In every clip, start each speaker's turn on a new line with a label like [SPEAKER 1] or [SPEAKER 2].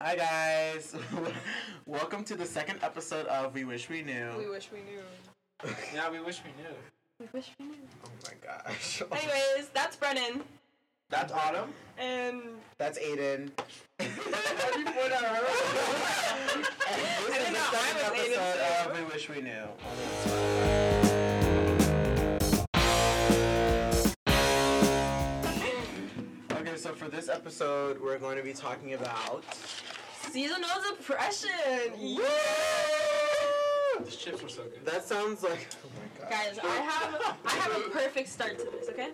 [SPEAKER 1] Hi guys, welcome to the second episode of We Wish We
[SPEAKER 2] We
[SPEAKER 1] Knew.
[SPEAKER 2] wish we knew.
[SPEAKER 3] Yeah, we wish we knew.
[SPEAKER 2] We wish we knew.
[SPEAKER 1] Oh my gosh.
[SPEAKER 2] Anyways, that's Brennan.
[SPEAKER 1] That's Autumn.
[SPEAKER 2] And
[SPEAKER 1] That's Aiden. and this is
[SPEAKER 2] didn't
[SPEAKER 1] the
[SPEAKER 2] know
[SPEAKER 1] second
[SPEAKER 2] I was Aiden,
[SPEAKER 1] episode
[SPEAKER 2] too.
[SPEAKER 1] of We Wish We Knew. Okay, so for this episode, we're going to be talking about.
[SPEAKER 2] seasonal depression.
[SPEAKER 3] These chips were so good.
[SPEAKER 1] That sounds like. Oh my god.
[SPEAKER 2] Guys, I have I have a perfect start to this, okay?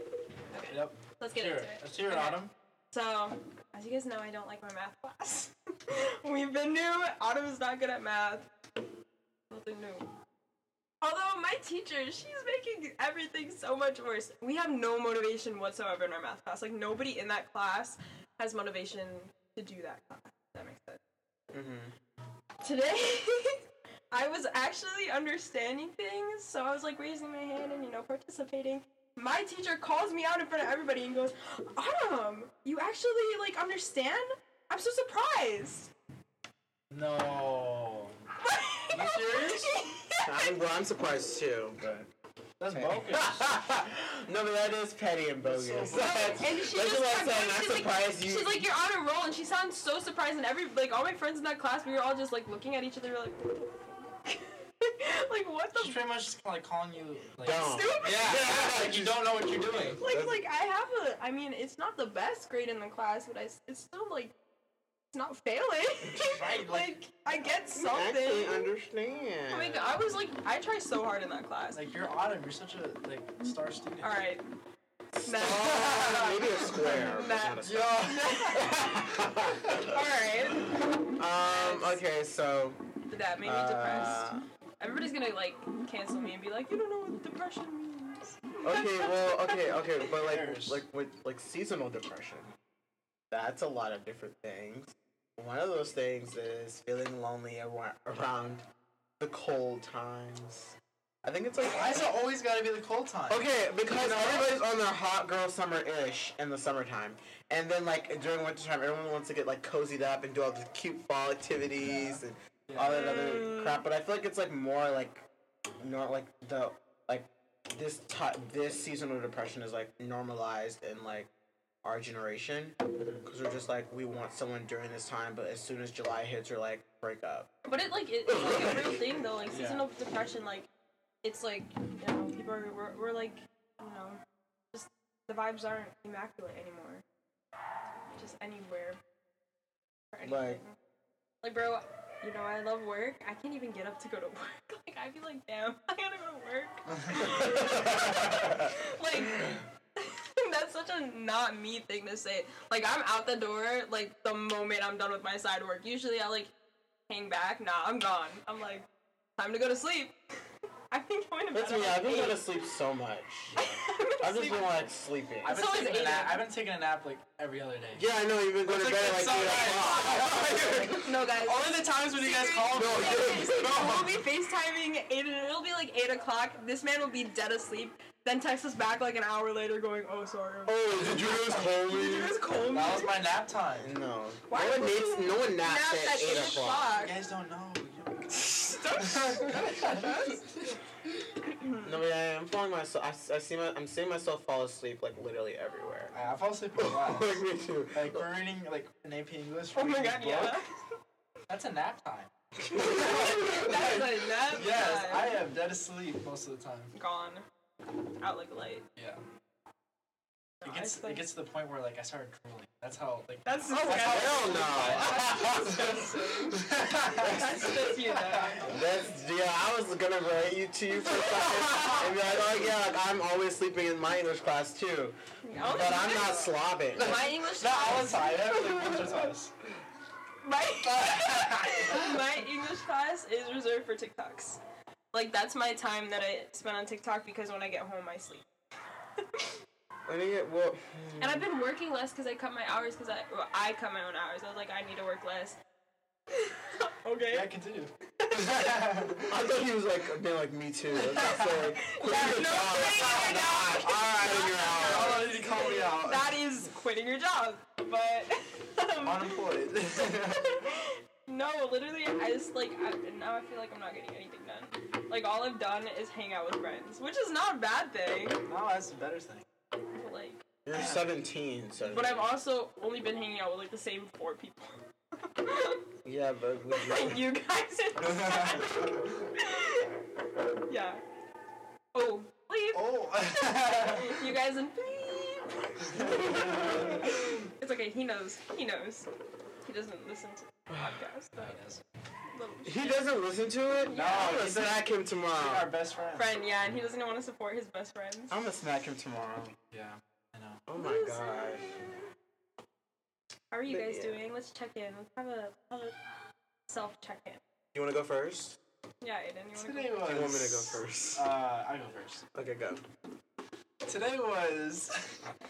[SPEAKER 3] Yep.
[SPEAKER 2] Let's get
[SPEAKER 3] Sure.
[SPEAKER 2] into it.
[SPEAKER 3] Let's hear it,
[SPEAKER 2] Okay.
[SPEAKER 3] Autumn.
[SPEAKER 2] So, as you guys know, I don't like my math class. We've been new. Autumn is not good at math. Nothing new. Although my teacher, she's making everything so much worse. We have no motivation whatsoever in our math class. Like nobody in that class has motivation to do that class. If that makes sense.
[SPEAKER 1] Mm-hmm.
[SPEAKER 2] Today, I was actually understanding things, so I was like raising my hand and you know participating. My teacher calls me out in front of everybody and goes, "Autumn, you actually like understand? I'm so surprised."
[SPEAKER 3] No. You serious?
[SPEAKER 1] I'm, well, I'm surprised too. But.
[SPEAKER 3] That's bogus.
[SPEAKER 1] no, but that is petty and bogus.
[SPEAKER 3] That's so
[SPEAKER 1] That's-
[SPEAKER 2] and she
[SPEAKER 1] that's
[SPEAKER 2] just
[SPEAKER 1] what
[SPEAKER 2] kept
[SPEAKER 1] I'm
[SPEAKER 2] going.
[SPEAKER 1] saying. I'm
[SPEAKER 2] She's like,
[SPEAKER 1] surprised you.
[SPEAKER 2] she's like, "You're on a roll," and she sounds so surprised. And every like all my friends in that class, we were all just like looking at each other, like, like what the
[SPEAKER 3] She's pretty much just, like calling you like
[SPEAKER 1] Dumb.
[SPEAKER 2] stupid?
[SPEAKER 3] Yeah,
[SPEAKER 1] Yeah,
[SPEAKER 3] like you don't know what you're doing.
[SPEAKER 2] like
[SPEAKER 1] That's-
[SPEAKER 2] like I have a I mean it's not the best grade in the class, but I s- it's still like it's not failing.
[SPEAKER 3] Right, like-
[SPEAKER 2] like I get
[SPEAKER 1] actually
[SPEAKER 2] something.
[SPEAKER 1] understand.
[SPEAKER 2] Oh my god, I was like I try so hard in that class.
[SPEAKER 3] Like you're Autumn. You're such a like star student.
[SPEAKER 2] All right.
[SPEAKER 1] Oh,
[SPEAKER 2] Math.
[SPEAKER 1] maybe a square. but
[SPEAKER 2] Math.
[SPEAKER 1] not a
[SPEAKER 3] Yo.
[SPEAKER 2] All right.
[SPEAKER 1] square. um. Okay. So.
[SPEAKER 2] That made me depressed.
[SPEAKER 1] Uh,
[SPEAKER 2] Everybody's gonna like cancel me and be like, you don't know what depression means.
[SPEAKER 1] okay. Well. Okay. Okay. But like,
[SPEAKER 3] Cares.
[SPEAKER 1] like with like seasonal depression, that's a lot of different things. One of those things is feeling lonely ar- around the cold times. I think it's like
[SPEAKER 3] Why is it always gotta be the cold time?
[SPEAKER 1] Okay, because everybody's on their hot girl summer ish in the summertime, and then like during wintertime, everyone wants to get like cozied up and do all the cute fall activities and
[SPEAKER 3] Yeah.
[SPEAKER 1] all that other crap. But I feel like it's like more like, nor like the like this ti- this seasonal depression is like normalized in like our generation because we're just like we want someone during this time, but as soon as July hits, we're like break up.
[SPEAKER 2] But it like it, it's like a real thing though. Like
[SPEAKER 3] Yeah.
[SPEAKER 2] seasonal depression, like it's like you know people are we're, we're like you know just the vibes aren't immaculate anymore. Just anywhere. Or
[SPEAKER 1] Like-
[SPEAKER 2] anything. like bro, you know I love work. I can't even get up to go to work. Like I'd be like, damn, I gotta go to work. like. That's such a not me thing to say. Like I'm out the door like the moment I'm done with my side work. Usually I like hang back. Nah, I'm gone. I'm like, time to go to sleep. I've been going to bed.
[SPEAKER 1] That's me.
[SPEAKER 2] at,
[SPEAKER 1] I've been
[SPEAKER 2] like,
[SPEAKER 1] going to
[SPEAKER 2] eight.
[SPEAKER 1] sleep so much.
[SPEAKER 2] I'm
[SPEAKER 1] I've just
[SPEAKER 2] asleep.
[SPEAKER 1] been like sleeping.
[SPEAKER 3] I've been,
[SPEAKER 2] So is
[SPEAKER 3] taking a nap.
[SPEAKER 2] Aiden.
[SPEAKER 3] I've been taking a nap like every other day.
[SPEAKER 1] Yeah, I know. You've been going
[SPEAKER 3] It's
[SPEAKER 1] to
[SPEAKER 3] like,
[SPEAKER 1] bed at
[SPEAKER 3] it's
[SPEAKER 1] like eight
[SPEAKER 3] alright.
[SPEAKER 1] o'clock.
[SPEAKER 2] No, guys.
[SPEAKER 3] Only the times when you guys call.
[SPEAKER 1] No,
[SPEAKER 3] me.
[SPEAKER 1] yes.
[SPEAKER 2] We'll be FaceTiming Aiden. It'll be like 8 o'clock. This man will be dead asleep. Then text us back like an hour later going, oh, sorry.
[SPEAKER 1] oh, did you just call
[SPEAKER 2] Did you just call me?
[SPEAKER 3] That was my nap time.
[SPEAKER 1] No.
[SPEAKER 2] Why
[SPEAKER 1] no one
[SPEAKER 2] would
[SPEAKER 1] naps,
[SPEAKER 2] you
[SPEAKER 1] no one naps
[SPEAKER 2] Naps
[SPEAKER 1] at, eight o'clock.
[SPEAKER 3] You guys don't know. You don't-
[SPEAKER 1] No, but I, I'm falling myself. I, s- I see my. I'm seeing myself fall asleep like literally everywhere.
[SPEAKER 3] I I fall asleep in class.
[SPEAKER 1] like me too.
[SPEAKER 3] Like we're reading like an AP English.
[SPEAKER 2] Oh my
[SPEAKER 3] reading
[SPEAKER 2] god,
[SPEAKER 3] book.
[SPEAKER 2] yeah.
[SPEAKER 3] That's a nap time.
[SPEAKER 2] That is a nap
[SPEAKER 3] Yes,
[SPEAKER 2] time.
[SPEAKER 3] I am dead asleep most of the time.
[SPEAKER 2] Gone. Out like a light.
[SPEAKER 3] Yeah.
[SPEAKER 2] No, I
[SPEAKER 3] It gets
[SPEAKER 2] slept-
[SPEAKER 3] it gets to the point where like I started drooling. That's how like
[SPEAKER 2] That's
[SPEAKER 1] Oh,
[SPEAKER 2] disgusting.
[SPEAKER 1] hell no.
[SPEAKER 2] That's disgusting. That's just you, though.
[SPEAKER 1] That's yeah. I was gonna relate you to you for a second and be like, oh yeah, like, I'm always sleeping in my English class too, but I'm not slobbing.
[SPEAKER 2] My English
[SPEAKER 3] not all the
[SPEAKER 2] class.
[SPEAKER 3] time. That's like once or twice.
[SPEAKER 2] My, my English class is reserved for TikToks. Like that's my time that I spend on TikTok because when I get home I sleep.
[SPEAKER 1] When you get well,
[SPEAKER 2] And I've been working less because I cut my hours because I well, I cut my own hours. I was like I need to work less. okay.
[SPEAKER 3] Yeah, continue.
[SPEAKER 1] I thought he was like being like me too. That's not so. Quit
[SPEAKER 2] Yeah,
[SPEAKER 1] your
[SPEAKER 2] no,
[SPEAKER 1] job.
[SPEAKER 2] quit your job.
[SPEAKER 1] All right, you're out.
[SPEAKER 3] Oh, did you call me out?
[SPEAKER 2] That is quitting your job. But um,
[SPEAKER 1] unemployed.
[SPEAKER 2] no, literally, I just like I, and now I feel like I'm not getting anything done. Like all I've done is hang out with friends, which is not a bad thing.
[SPEAKER 3] no, that's a better thing.
[SPEAKER 2] But, like,
[SPEAKER 1] You're 17, so.
[SPEAKER 2] but I've also only been hanging out with like the same four people.
[SPEAKER 1] Yeah, but would
[SPEAKER 2] like
[SPEAKER 1] you.
[SPEAKER 2] you guys. And yeah. Oh, leave.
[SPEAKER 3] oh.
[SPEAKER 2] You guys and It's okay. He knows. He knows. He doesn't listen to the podcast. But little
[SPEAKER 1] he doesn't listen to it?
[SPEAKER 2] No,
[SPEAKER 1] I'm gonna
[SPEAKER 3] he's-
[SPEAKER 1] smack him
[SPEAKER 3] Our
[SPEAKER 1] tomorrow.
[SPEAKER 3] best friend.
[SPEAKER 2] friend, yeah, and he doesn't want to support his best friends.
[SPEAKER 1] I'm gonna smack him tomorrow.
[SPEAKER 3] Yeah, I know.
[SPEAKER 1] Oh my
[SPEAKER 2] Loser.
[SPEAKER 1] gosh.
[SPEAKER 2] How are you
[SPEAKER 1] But
[SPEAKER 2] guys
[SPEAKER 1] yeah.
[SPEAKER 2] doing? Let's check in. Let's have a have a self check in.
[SPEAKER 1] You wanna go first?
[SPEAKER 2] Yeah, Aiden, you want to
[SPEAKER 3] Today
[SPEAKER 2] go?
[SPEAKER 3] was.
[SPEAKER 1] You want me to go first?
[SPEAKER 3] Uh, I go first.
[SPEAKER 1] Okay, go.
[SPEAKER 3] Today was.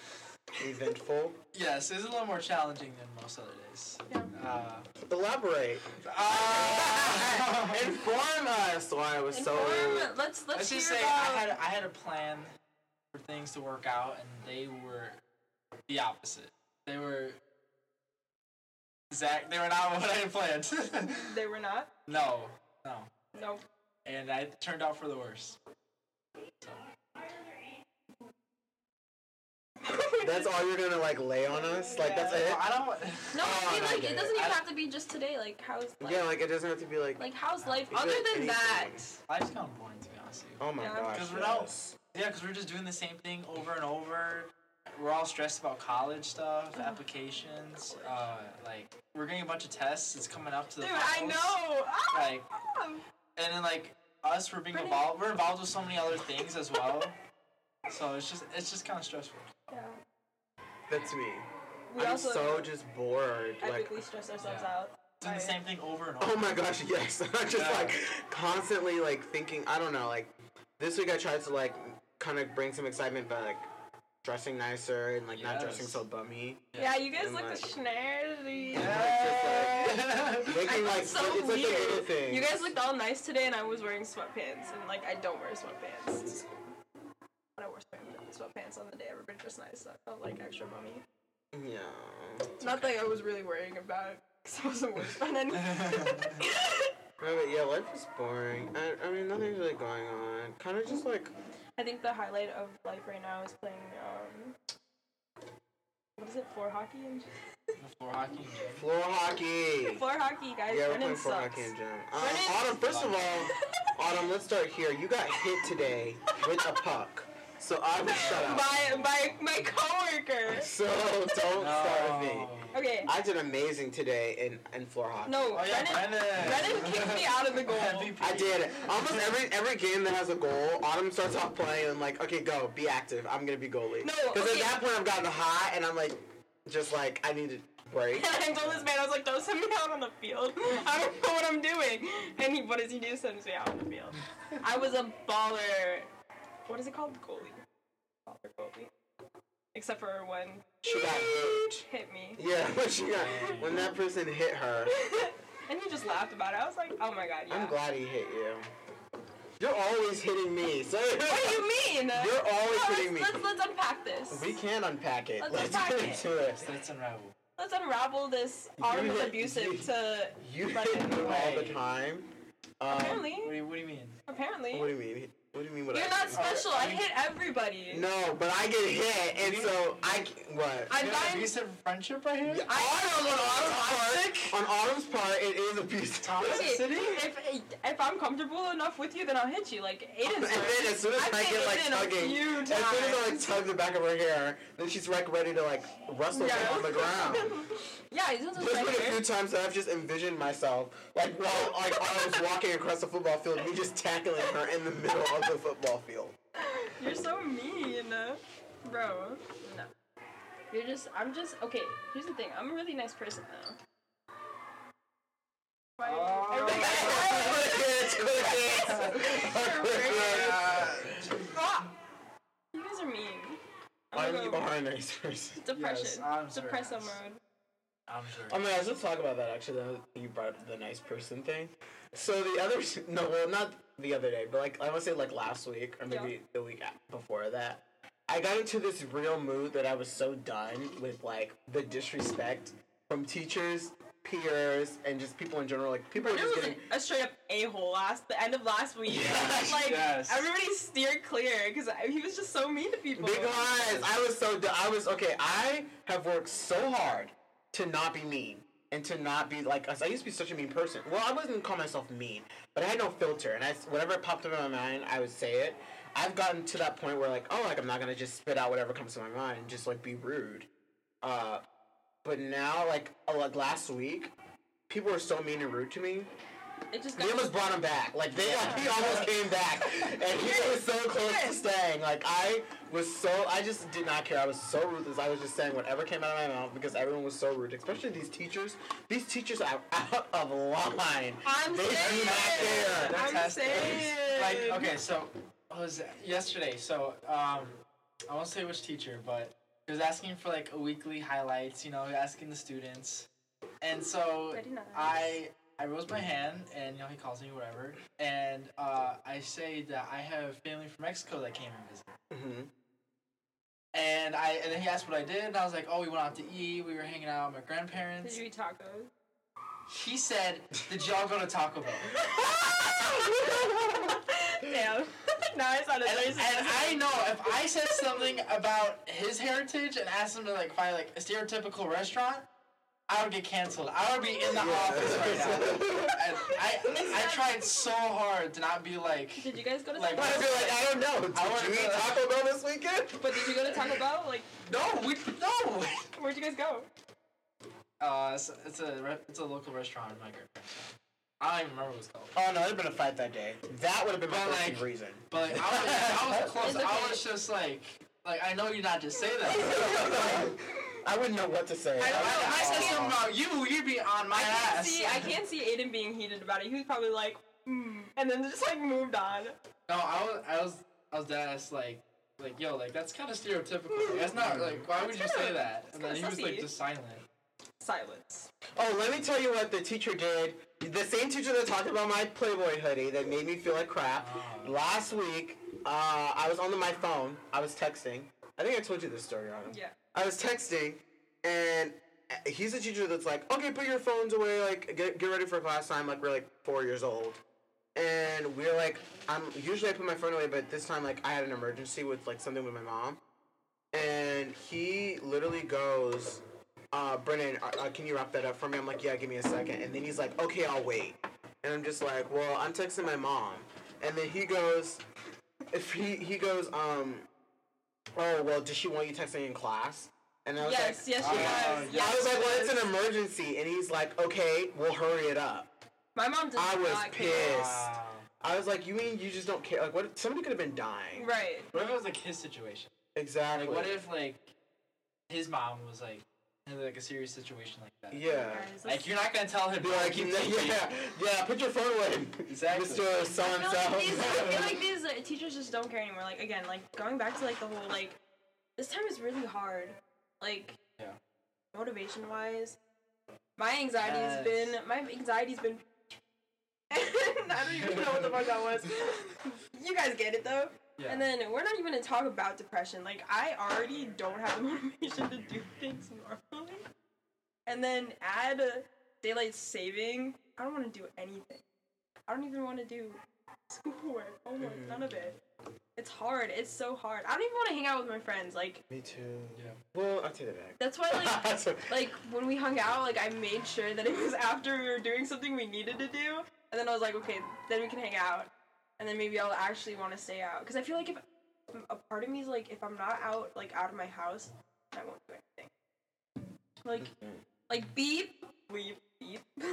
[SPEAKER 1] Eventful.
[SPEAKER 3] yes, it was a little more challenging than most other days.
[SPEAKER 2] Yeah.
[SPEAKER 3] Uh,
[SPEAKER 1] Elaborate.
[SPEAKER 3] uh,
[SPEAKER 1] Inform us why it was so.
[SPEAKER 2] Inform- let's Ah. let's,
[SPEAKER 3] let's just
[SPEAKER 2] hear
[SPEAKER 3] say
[SPEAKER 2] about.
[SPEAKER 3] I had I had a plan for things to work out, and they were the opposite. They were. Zach, they were not what I had planned.
[SPEAKER 2] They were not.
[SPEAKER 3] no, no,
[SPEAKER 2] No.
[SPEAKER 3] and I it turned out for the worse. So,
[SPEAKER 1] That's all you're gonna like lay on us? Like
[SPEAKER 2] Eh.
[SPEAKER 1] that's
[SPEAKER 3] no,
[SPEAKER 1] it?
[SPEAKER 3] I don't.
[SPEAKER 2] No,
[SPEAKER 1] Oh,
[SPEAKER 2] I mean
[SPEAKER 1] I
[SPEAKER 2] like
[SPEAKER 1] get
[SPEAKER 2] it
[SPEAKER 1] it.
[SPEAKER 2] doesn't even
[SPEAKER 3] I-
[SPEAKER 2] have to be just today. Like how's life?
[SPEAKER 1] Yeah, like it doesn't have to be like.
[SPEAKER 2] like how's life?
[SPEAKER 1] It could
[SPEAKER 2] Other
[SPEAKER 1] be
[SPEAKER 2] than
[SPEAKER 1] anything.
[SPEAKER 2] that,
[SPEAKER 3] Life's kind of boring to be honest with you.
[SPEAKER 1] Oh my
[SPEAKER 2] Yeah.
[SPEAKER 1] gosh.
[SPEAKER 3] Because we're not-
[SPEAKER 1] yes.
[SPEAKER 3] Yeah, because we're just doing the same thing over and over. We're all stressed about college stuff,
[SPEAKER 2] Mm-hmm.
[SPEAKER 3] applications. Uh, like we're getting a bunch of tests. It's coming up to the
[SPEAKER 2] dude, I
[SPEAKER 3] finals.
[SPEAKER 2] know. Ah!
[SPEAKER 3] Like, and then like us, we're being
[SPEAKER 2] Pretty-
[SPEAKER 3] involved. We're involved with so many other things as well. So it's just it's just kind of stressful.
[SPEAKER 2] Yeah.
[SPEAKER 1] That's me.
[SPEAKER 2] We
[SPEAKER 1] I'm
[SPEAKER 2] also
[SPEAKER 1] so just bored. Like,
[SPEAKER 2] epically stress ourselves
[SPEAKER 3] Yeah.
[SPEAKER 2] out.
[SPEAKER 3] Doing
[SPEAKER 2] by-
[SPEAKER 3] the same thing over and over.
[SPEAKER 1] oh my gosh, yes. I'm just
[SPEAKER 3] Yeah.
[SPEAKER 1] like constantly like thinking. I don't know. Like this week I tried to like kind of bring some excitement by like dressing nicer and like not dressing
[SPEAKER 3] Yes.
[SPEAKER 1] so bummy.
[SPEAKER 2] Yeah, you guys
[SPEAKER 1] And,
[SPEAKER 2] look
[SPEAKER 1] like-
[SPEAKER 2] snazzy.
[SPEAKER 1] Yeah.
[SPEAKER 3] Just, like-
[SPEAKER 1] Making
[SPEAKER 2] I
[SPEAKER 1] like
[SPEAKER 2] felt so
[SPEAKER 1] it's like the little
[SPEAKER 2] weird.
[SPEAKER 1] thing.
[SPEAKER 2] You guys looked all nice today, and I was wearing sweatpants, and like I don't wear sweatpants. But I wore sweatpants- sweatpants on the day everybody dressed nice. So I felt like extra bummy.
[SPEAKER 1] Yeah.
[SPEAKER 2] Not that I was really worrying about it, because I wasn't worried about anything.
[SPEAKER 1] No, but yeah, life is boring. I, I mean, nothing's really going on. Kind of just like
[SPEAKER 2] I think the highlight of life right now is playing. um... What is it? Floor hockey and
[SPEAKER 3] Floor hockey.
[SPEAKER 1] floor hockey.
[SPEAKER 2] floor hockey, guys.
[SPEAKER 1] yeah, we're
[SPEAKER 2] Brennan
[SPEAKER 1] playing floor
[SPEAKER 2] sucks.
[SPEAKER 1] hockey in gym. Um,
[SPEAKER 2] Brennan-
[SPEAKER 1] Autumn, first of all, Autumn, let's start here. You got hit today with a puck, so I'm shut up.
[SPEAKER 2] by by my coworker.
[SPEAKER 1] So don't start with me.
[SPEAKER 3] No.
[SPEAKER 2] Okay.
[SPEAKER 1] I did amazing today in, in floor hockey.
[SPEAKER 2] No,
[SPEAKER 3] Oh yeah,
[SPEAKER 2] Brennan-
[SPEAKER 3] Brennan.
[SPEAKER 2] Brennan kicked me out of the goal.
[SPEAKER 3] MVP.
[SPEAKER 1] I did. Almost every every game that has a goal, Autumn starts off playing and like, okay, go, be active. I'm gonna be goalie.
[SPEAKER 2] No,
[SPEAKER 1] because
[SPEAKER 2] okay.
[SPEAKER 1] at that point I've gotten hot and I'm like, just like I need a break.
[SPEAKER 2] And I told this man, I was like, don't send me out on the field. I don't know what I'm doing. And he, what does he do? Sends me out on the field. I was a baller. What is it called? Goalie. Baller goalie. Except for when
[SPEAKER 1] She got hurt.
[SPEAKER 2] hit me.
[SPEAKER 1] Yeah, when she got when that person hit her,
[SPEAKER 2] and he just laughed about it. I was like, oh my god, yeah.
[SPEAKER 1] I'm glad he hit you. You're always hitting me, so
[SPEAKER 2] What do you mean?
[SPEAKER 1] You're always
[SPEAKER 2] No,
[SPEAKER 1] hitting me.
[SPEAKER 2] let's, let's, let's unpack this.
[SPEAKER 1] We can unpack it.
[SPEAKER 2] Let's
[SPEAKER 1] Let's
[SPEAKER 2] unpack
[SPEAKER 1] get
[SPEAKER 2] it.
[SPEAKER 1] into it.
[SPEAKER 3] Let's unravel.
[SPEAKER 2] Let's unravel this arm
[SPEAKER 1] hit- you-
[SPEAKER 2] abusive to.
[SPEAKER 1] You
[SPEAKER 2] Right.
[SPEAKER 1] hit me all the
[SPEAKER 3] Right.
[SPEAKER 1] time. Um,
[SPEAKER 2] Apparently.
[SPEAKER 3] What do you, what do you mean?
[SPEAKER 2] Apparently.
[SPEAKER 1] what do you mean? What do you mean? What
[SPEAKER 2] You're
[SPEAKER 1] I
[SPEAKER 2] not
[SPEAKER 1] do?
[SPEAKER 2] special. I hit everybody.
[SPEAKER 1] No, but I get hit, and so I c- what?
[SPEAKER 2] I-
[SPEAKER 3] You
[SPEAKER 2] I'm-
[SPEAKER 3] got abusive friendship right here.
[SPEAKER 1] I Autumn, on Autumn's part, on Autumn's part, it is abusive.
[SPEAKER 3] Thomas?
[SPEAKER 2] Okay,
[SPEAKER 3] City?
[SPEAKER 2] if if I'm comfortable enough with you, then I'll hit you. Like
[SPEAKER 1] And
[SPEAKER 2] Aiden's
[SPEAKER 1] then as soon as I,
[SPEAKER 2] I've hit
[SPEAKER 1] get like
[SPEAKER 2] Aiden a
[SPEAKER 1] tugging,
[SPEAKER 2] few
[SPEAKER 1] as soon as I like
[SPEAKER 2] times.
[SPEAKER 1] tug the back of her hair, then she's like ready to like wrestle me
[SPEAKER 2] Yeah.
[SPEAKER 1] on the ground.
[SPEAKER 2] yeah, Aiden's a
[SPEAKER 1] There's been a few
[SPEAKER 2] striker.
[SPEAKER 1] times that I've just envisioned myself like while like I was walking across the football field, me just tackling her in the middle of the football field.
[SPEAKER 2] You're so mean, bro. No, you're just. I'm just. Okay, here's the thing. I'm a really nice person though. Why
[SPEAKER 3] Oh.
[SPEAKER 1] Quick hits,
[SPEAKER 2] everybody got quiet?
[SPEAKER 1] quick hits. Quick hits.
[SPEAKER 2] Ah! You guys are mean.
[SPEAKER 1] I'm
[SPEAKER 2] I'm gonna go
[SPEAKER 1] behind nice person.
[SPEAKER 2] depression.
[SPEAKER 3] Yes, I'm sorry,
[SPEAKER 2] Depresso
[SPEAKER 3] guys.
[SPEAKER 2] mode.
[SPEAKER 3] I'm
[SPEAKER 1] Oh
[SPEAKER 3] sure.
[SPEAKER 1] my gosh, let's talk about that actually. Now that you brought up the nice person thing. So the other, no, well, not the other day, but like I want to say like last week or maybe
[SPEAKER 2] Yeah.
[SPEAKER 1] the week a- before that. I got into this real mood that I was so done with like the disrespect from teachers, peers, and just people in general. Like people are
[SPEAKER 2] It
[SPEAKER 1] just
[SPEAKER 2] was
[SPEAKER 1] getting
[SPEAKER 2] a straight up a hole last the end of last week.
[SPEAKER 1] Yes,
[SPEAKER 2] like
[SPEAKER 3] yes.
[SPEAKER 2] everybody steered clear because he was just so mean to people.
[SPEAKER 1] because I was so d- I was okay. I have worked so hard to not be mean and to not be like I used to be such a mean person. Well, I wasn't call myself mean, but I had no filter, and I s- whatever popped up in my mind, I would say it. I've gotten to that point where like oh like I'm not gonna just spit out whatever comes to my mind, and just like be rude. Uh, but now like oh, like last week, people were so mean and rude to me.
[SPEAKER 2] it just
[SPEAKER 1] They
[SPEAKER 2] got
[SPEAKER 1] almost brought him back. Like they, like, he almost came back, and he was so close to staying. Like I was so, I just did not care. I was so ruthless. I was just saying whatever came out of my mouth because everyone was so rude, especially these teachers. These teachers are out of line.
[SPEAKER 2] I'm
[SPEAKER 1] they do
[SPEAKER 2] saying
[SPEAKER 1] not
[SPEAKER 2] it.
[SPEAKER 1] care.
[SPEAKER 2] I'm
[SPEAKER 3] Fantastic.
[SPEAKER 2] saying.
[SPEAKER 3] Like okay, so what was that? yesterday? So um, I won't say which teacher, but he was asking for like a weekly highlights. You know, asking the students, and so
[SPEAKER 2] Very nice.
[SPEAKER 3] I I rose my hand, and you know he calls me whatever, and uh, I say that I have family from Mexico that came and visited.
[SPEAKER 2] Mm-hmm.
[SPEAKER 1] Mhm.
[SPEAKER 3] And I and then he asked what I did, and I was like, oh, we went out to eat. We were hanging out with my grandparents.
[SPEAKER 2] Did you eat tacos?
[SPEAKER 3] He said, did y'all go to Taco Bell?
[SPEAKER 2] Damn. now I sounded
[SPEAKER 3] And,
[SPEAKER 2] very
[SPEAKER 3] and I know if I said something about his heritage and asked him to like find like a stereotypical restaurant, I would get canceled. I would be in the office right now. And I, I tried so hard to not be like.
[SPEAKER 2] Did you guys go to
[SPEAKER 3] Like,
[SPEAKER 1] I would be like, I don't know. Did
[SPEAKER 3] I wanna
[SPEAKER 1] you eat
[SPEAKER 3] go-
[SPEAKER 1] Taco Bell this weekend?
[SPEAKER 2] But did you go to Taco Bell? Like,
[SPEAKER 3] No, we no.
[SPEAKER 2] where'd you guys go?
[SPEAKER 3] Uh, it's, it's a re- it's a local restaurant. in My grandparents. I don't even remember what it's called.
[SPEAKER 1] Oh no, there'd been a fight that day. That would have been my
[SPEAKER 3] But,
[SPEAKER 1] first
[SPEAKER 3] like-
[SPEAKER 1] reason.
[SPEAKER 3] But like, I was, I was close.
[SPEAKER 2] It's
[SPEAKER 3] I
[SPEAKER 2] okay.
[SPEAKER 3] was just like, like I know you're not just say that.
[SPEAKER 1] I wouldn't know what to say.
[SPEAKER 3] If I,
[SPEAKER 1] would-
[SPEAKER 3] if I said something about you, you'd be on my
[SPEAKER 2] I can't
[SPEAKER 3] ass.
[SPEAKER 2] see. I can't see Aiden being heated about it. He was probably like, hmm, and then just like moved on.
[SPEAKER 3] No, I was, I was, I was dead ass like, like yo, like that's kind of stereotypical. Like, that's not like, why would you
[SPEAKER 2] It's
[SPEAKER 3] say
[SPEAKER 2] kinda-
[SPEAKER 3] that?
[SPEAKER 2] it's
[SPEAKER 3] And then he
[SPEAKER 2] kinda
[SPEAKER 3] was like
[SPEAKER 2] sussy.
[SPEAKER 3] just silent.
[SPEAKER 2] Silence.
[SPEAKER 1] Oh, let me tell you what the teacher did. The same teacher that talked about my Playboy hoodie that made me feel like crap.
[SPEAKER 3] Oh.
[SPEAKER 1] Last week, uh, I was on my phone. I was texting. I think I told you this story, Anna.
[SPEAKER 2] Yeah.
[SPEAKER 1] I was texting, and uh, he's a teacher that's like, okay, put your phones away. Like, get, get ready for class time. Like, we're like four years old. And we're like, I'm usually I put my phone away, but this time like I had an emergency with like something with my mom, and he literally goes, uh, Brennan, uh, uh, can you wrap that up for me? I'm like, yeah, give me a second. And then he's like, okay, I'll wait. And I'm just like, well, I'm texting my mom. And then he goes, if he he goes, um, oh well, does she want you texting in class? And I was
[SPEAKER 2] Yes,
[SPEAKER 1] like,
[SPEAKER 2] yes, she
[SPEAKER 3] uh,
[SPEAKER 2] was.
[SPEAKER 3] yeah.
[SPEAKER 2] Yes,
[SPEAKER 1] I was like,
[SPEAKER 2] she
[SPEAKER 1] well,
[SPEAKER 2] was.
[SPEAKER 1] it's an emergency. And he's like, okay, we'll hurry it up.
[SPEAKER 2] My mom does
[SPEAKER 1] I was
[SPEAKER 2] not care.
[SPEAKER 1] pissed.
[SPEAKER 3] Wow.
[SPEAKER 1] I was like, you mean you just don't care? Like, what? If, somebody could have been dying.
[SPEAKER 2] Right.
[SPEAKER 3] What if it was like his situation?
[SPEAKER 1] Exactly.
[SPEAKER 3] Like, what if like his mom was like in like a serious situation like that?
[SPEAKER 1] Yeah.
[SPEAKER 2] Guys,
[SPEAKER 3] Like
[SPEAKER 2] let's-
[SPEAKER 3] you're not gonna tell him.
[SPEAKER 1] Be
[SPEAKER 3] "No,
[SPEAKER 1] like,
[SPEAKER 3] keep
[SPEAKER 1] yeah,
[SPEAKER 3] teaching."
[SPEAKER 1] yeah, yeah, put your phone away,
[SPEAKER 3] Exactly.
[SPEAKER 1] Mr. So
[SPEAKER 2] I
[SPEAKER 1] and
[SPEAKER 2] feel like these, I feel like
[SPEAKER 1] so.
[SPEAKER 2] these uh, teachers just don't care anymore. Like again, like going back to like the whole like this time is really hard. Like
[SPEAKER 3] Yeah.
[SPEAKER 2] motivation wise, my anxiety
[SPEAKER 3] Yes.
[SPEAKER 2] has been my anxiety's been. I don't even know what the fuck that was. You guys get it though.
[SPEAKER 3] Yeah.
[SPEAKER 2] And then we're not even gonna talk about depression. Like I already don't have the motivation to do things normally. And then add uh, daylight saving. I don't want to do anything. I don't even want to do schoolwork, homework,
[SPEAKER 1] Mhm.
[SPEAKER 2] none of it. It's hard. It's so hard. I don't even want to hang out with my friends. Like
[SPEAKER 1] Me too.
[SPEAKER 3] Yeah.
[SPEAKER 1] Well, I'll take it back.
[SPEAKER 2] that's why like
[SPEAKER 1] So-
[SPEAKER 2] like when we hung out, like I made sure that it was after we were doing something we needed to do, and then I was like, okay, then we can hang out, and then maybe I'll actually want to stay out because I feel like if a part of me is like, if I'm not out, like out of my house, I won't do anything. Like, like beep, leap, beep,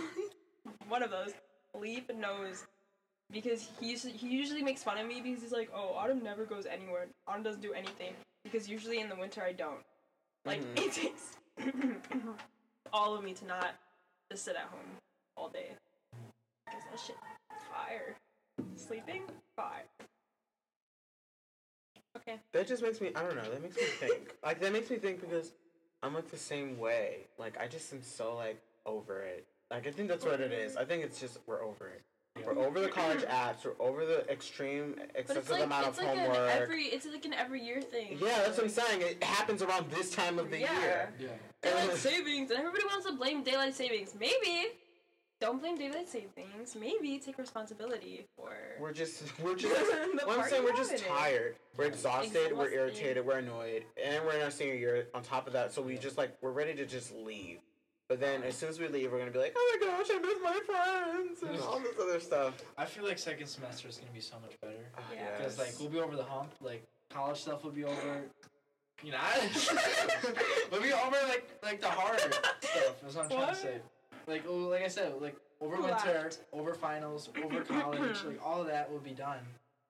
[SPEAKER 2] one of those. Leap knows because he usu- he usually makes fun of me because he's like, oh, Autumn never goes anywhere. Autumn doesn't do anything because usually in the winter I don't. Like
[SPEAKER 1] Mhm.
[SPEAKER 2] it takes all of me to not just sit at home all day. Because that shit is fire. Sleeping? Fire. Okay.
[SPEAKER 1] That just makes me, I don't know, that makes me think. like, that makes me think because I'm like the same way. Like, I just am so, like, over it. Like, I think that's what it is. I think it's just, we're over it.
[SPEAKER 3] Yeah.
[SPEAKER 1] We're over the college apps. We're over the extreme
[SPEAKER 2] But
[SPEAKER 1] excessive
[SPEAKER 2] it's like
[SPEAKER 1] amount
[SPEAKER 2] it's
[SPEAKER 1] of
[SPEAKER 2] like an
[SPEAKER 1] homework.
[SPEAKER 2] every it's like an every year thing.
[SPEAKER 1] yeah, that's what I'm saying. It happens around this time of the
[SPEAKER 2] Yeah.
[SPEAKER 1] year.
[SPEAKER 3] Yeah.
[SPEAKER 2] Daylight savings, and everybody wants to blame daylight savings. Maybe don't blame daylight savings. Maybe take responsibility for.
[SPEAKER 1] We're just, we're just.
[SPEAKER 2] The
[SPEAKER 1] what I'm
[SPEAKER 2] part
[SPEAKER 1] saying,
[SPEAKER 2] you
[SPEAKER 1] we're just
[SPEAKER 2] have it in.
[SPEAKER 1] tired. We're exhausted. We're
[SPEAKER 2] Exhausted.
[SPEAKER 1] irritated. We're annoyed, and we're in our senior year. On top of that, so we just like we're ready to just leave. But then as soon as we leave, we're gonna be like, oh my gosh, I miss my friends and all this other stuff.
[SPEAKER 3] I feel like second semester is gonna be so much better.
[SPEAKER 1] Ah,
[SPEAKER 2] Yeah.
[SPEAKER 3] Because like
[SPEAKER 1] yes.
[SPEAKER 3] we'll be over the hump, like college stuff will be over. You know, I, we'll be over like like the hard stuff. That's what I'm trying
[SPEAKER 2] What?
[SPEAKER 3] to say. Like oh, like I said, like over
[SPEAKER 2] Who
[SPEAKER 3] winter,
[SPEAKER 2] laughed?
[SPEAKER 3] over finals, over college, like all of that will be done,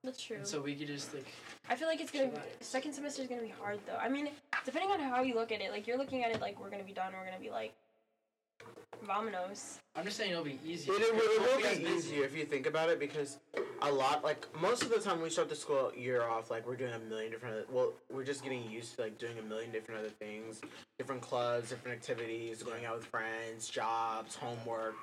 [SPEAKER 2] That's true.
[SPEAKER 3] and so we could just like
[SPEAKER 2] I feel like it's gonna be,
[SPEAKER 3] Chillax.
[SPEAKER 2] second semester is gonna be hard though. I mean, depending on how you look at it, like you're looking at it like we're gonna be done. We're gonna be like, vamonos.
[SPEAKER 3] I'm just saying it'll be easier.
[SPEAKER 1] It, it, will- it
[SPEAKER 3] won't
[SPEAKER 1] will
[SPEAKER 3] as
[SPEAKER 1] be easier if you think about it because a lot, like most of the time, we start the school year off like we're doing a million different. Other, well, we're just getting used to like doing a million different other things, different clubs, different activities, going out with friends, jobs, homework,